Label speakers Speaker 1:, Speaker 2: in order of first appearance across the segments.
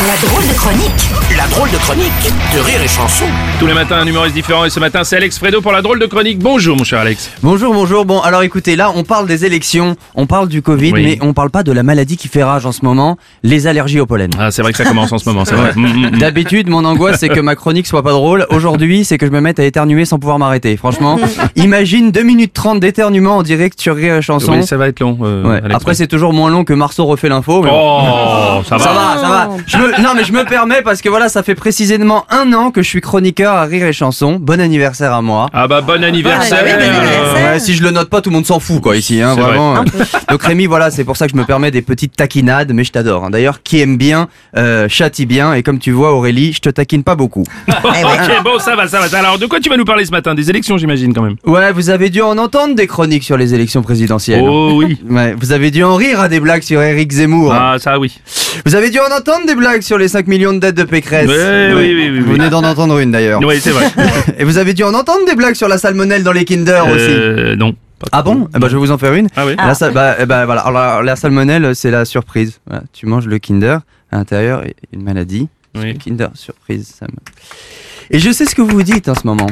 Speaker 1: La drôle de chronique
Speaker 2: La drôle de chronique de Rire et Chanson.
Speaker 3: Tous les matins, un humoriste différent et ce matin, c'est Alex Fredo pour la drôle de chronique. Bonjour, mon cher Alex.
Speaker 4: Bonjour, bonjour. Bon, alors écoutez, là, on parle des élections, on parle du Covid,
Speaker 3: Oui.
Speaker 4: mais on parle pas de la maladie qui fait rage en ce moment, les allergies au pollen.
Speaker 3: Ah, c'est vrai que ça commence en ce moment, c'est vrai. Mm, mm, mm.
Speaker 4: D'habitude, mon angoisse, c'est que ma chronique soit pas drôle. Aujourd'hui, c'est que je me mette à éternuer sans pouvoir m'arrêter. Franchement, imagine 2 minutes 30 d'éternuement en direct sur Rire et Chanson.
Speaker 3: Oui, ça va être long. euh,
Speaker 4: Ouais.
Speaker 3: Alex.
Speaker 4: Après, c'est toujours moins long que Marceau refait l'info. mais bon.
Speaker 3: Oh, ça va.
Speaker 4: Ça va, ça va. Je me- Non, mais je me permets parce que voilà, ça fait précisément un an que je suis chroniqueur à Rire et Chanson. Bon anniversaire à moi.
Speaker 3: Ah bah, bon anniversaire.
Speaker 1: Ah, bah oui, bon anniversaire.
Speaker 4: Ouais, si je le note pas, tout le monde s'en fout, quoi, ici, hein,
Speaker 3: C'est vrai.
Speaker 4: vraiment. euh. Donc Rémi, voilà, c'est pour ça que je me permets des petites taquinades, mais je t'adore. hein. D'ailleurs, qui aime bien, euh, châtie bien, et comme tu vois, Aurélie, je te taquine pas beaucoup.
Speaker 3: ok, bon, ça va, ça va. Alors, de quoi tu vas nous parler ce matin Des élections, j'imagine, quand même.
Speaker 4: Ouais, vous avez dû en entendre des chroniques sur les élections présidentielles.
Speaker 3: Oh oui.
Speaker 4: Ouais, vous avez dû en rire à des blagues sur Éric Zemmour. hein.
Speaker 3: Ah, ça oui.
Speaker 4: Vous avez dû en entendre des blagues sur les 5 millions de dettes de Pécresse.
Speaker 3: Ouais, oui, oui, oui,
Speaker 4: Vous
Speaker 3: oui.
Speaker 4: venez d'en entendre une d'ailleurs.
Speaker 3: Oui, c'est vrai.
Speaker 4: Et vous avez dû en entendre des blagues sur la salmonelle dans les Kinder aussi.
Speaker 3: Euh, non. Pas
Speaker 4: Ah bon Eh ben, Je vais vous en faire une.
Speaker 3: Ah oui.
Speaker 4: La, sal- bah, eh ben, voilà. Alors, la- la salmonelle, c'est la surprise. Voilà. Tu manges le Kinder, à l'intérieur, il y a une maladie.
Speaker 3: Oui.
Speaker 4: Kinder, surprise. ça me- Et je sais ce que vous vous dites en ce moment.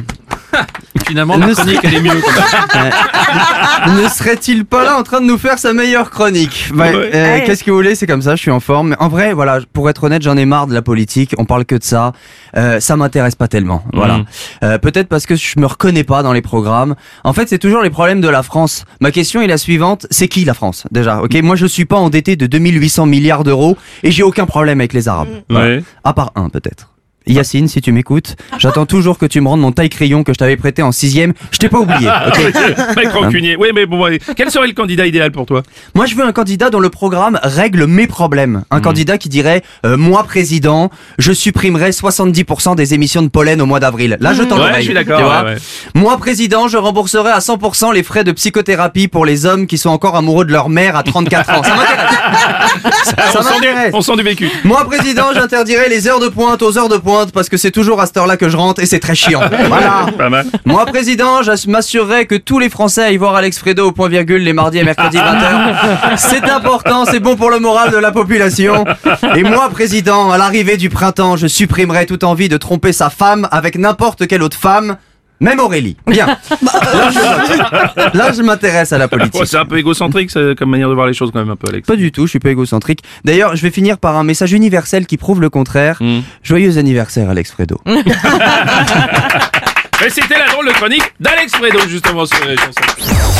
Speaker 3: Finalement,
Speaker 4: Ne serait- Ouais. Ne serait-il pas là en train de nous faire sa meilleure chronique Bah,
Speaker 3: Ouais.
Speaker 4: euh, Qu'est-ce que vous voulez C'est comme ça, je suis en forme. Mais en vrai, voilà, pour être honnête, j'en ai marre de la politique. On parle que de ça. Euh, ça m'intéresse pas tellement. Voilà.
Speaker 3: Mhm.
Speaker 4: Euh, Peut-être parce que je me reconnais pas dans les programmes. En fait, c'est toujours les problèmes de la France. Ma question est la suivante c'est qui la France déjà Ok, moi je suis pas endetté de 2800 milliards d'euros et j'ai aucun problème avec les Arabes. Voilà.
Speaker 3: Ouais.
Speaker 4: À part un peut-être. Yacine, si tu m'écoutes, j'attends toujours que tu me rendes mon taille crayon que je t'avais prêté en sixième. Je t'ai pas oublié. ok
Speaker 3: Mec rancunier. Ah, Oui, mais bon, ouais. quel serait le candidat idéal pour toi
Speaker 4: Moi, je veux un candidat dont le programme règle mes problèmes. Un candidat qui dirait euh, Moi, président, je supprimerai 70% des émissions de pollen au mois d'avril. Là, je t'en
Speaker 3: Mmh. Ouais, je suis d'accord. ouais, ouais.
Speaker 4: Moi, président, je rembourserai à 100% les frais de psychothérapie pour les hommes qui sont encore amoureux de leur mère à 34 ans. Ça m'intéresse. Ça m'intéresse.
Speaker 3: On sent du vécu.
Speaker 4: Moi, président, j'interdirai les heures de pointe aux heures de pointe parce que c'est toujours à cette heure-là que je rentre et c'est très chiant. Voilà.
Speaker 3: Pas mal.
Speaker 4: Moi, président, je m'assurerai que tous les Français aillent voir Alex Fredo au point virgule les mardis et mercredis 20h. C'est important, c'est bon pour le moral de la population. Et moi, président, à l'arrivée du printemps, je supprimerai toute envie de tromper sa femme avec n'importe quelle autre femme. Même Aurélie. Bien. Là, je, là, je m'intéresse à la
Speaker 3: Ouais,
Speaker 4: politique.
Speaker 3: c'est un peu égocentrique ça, comme manière de voir les choses quand même un peu Alex.
Speaker 4: Pas du tout, je suis pas égocentrique. D'ailleurs, je vais finir par un message universel qui prouve le contraire.
Speaker 3: Mm.
Speaker 4: Joyeux anniversaire, Alex Fredo.
Speaker 3: Et c'était la drôle de chronique d'Alex Fredo justement sur les chansons.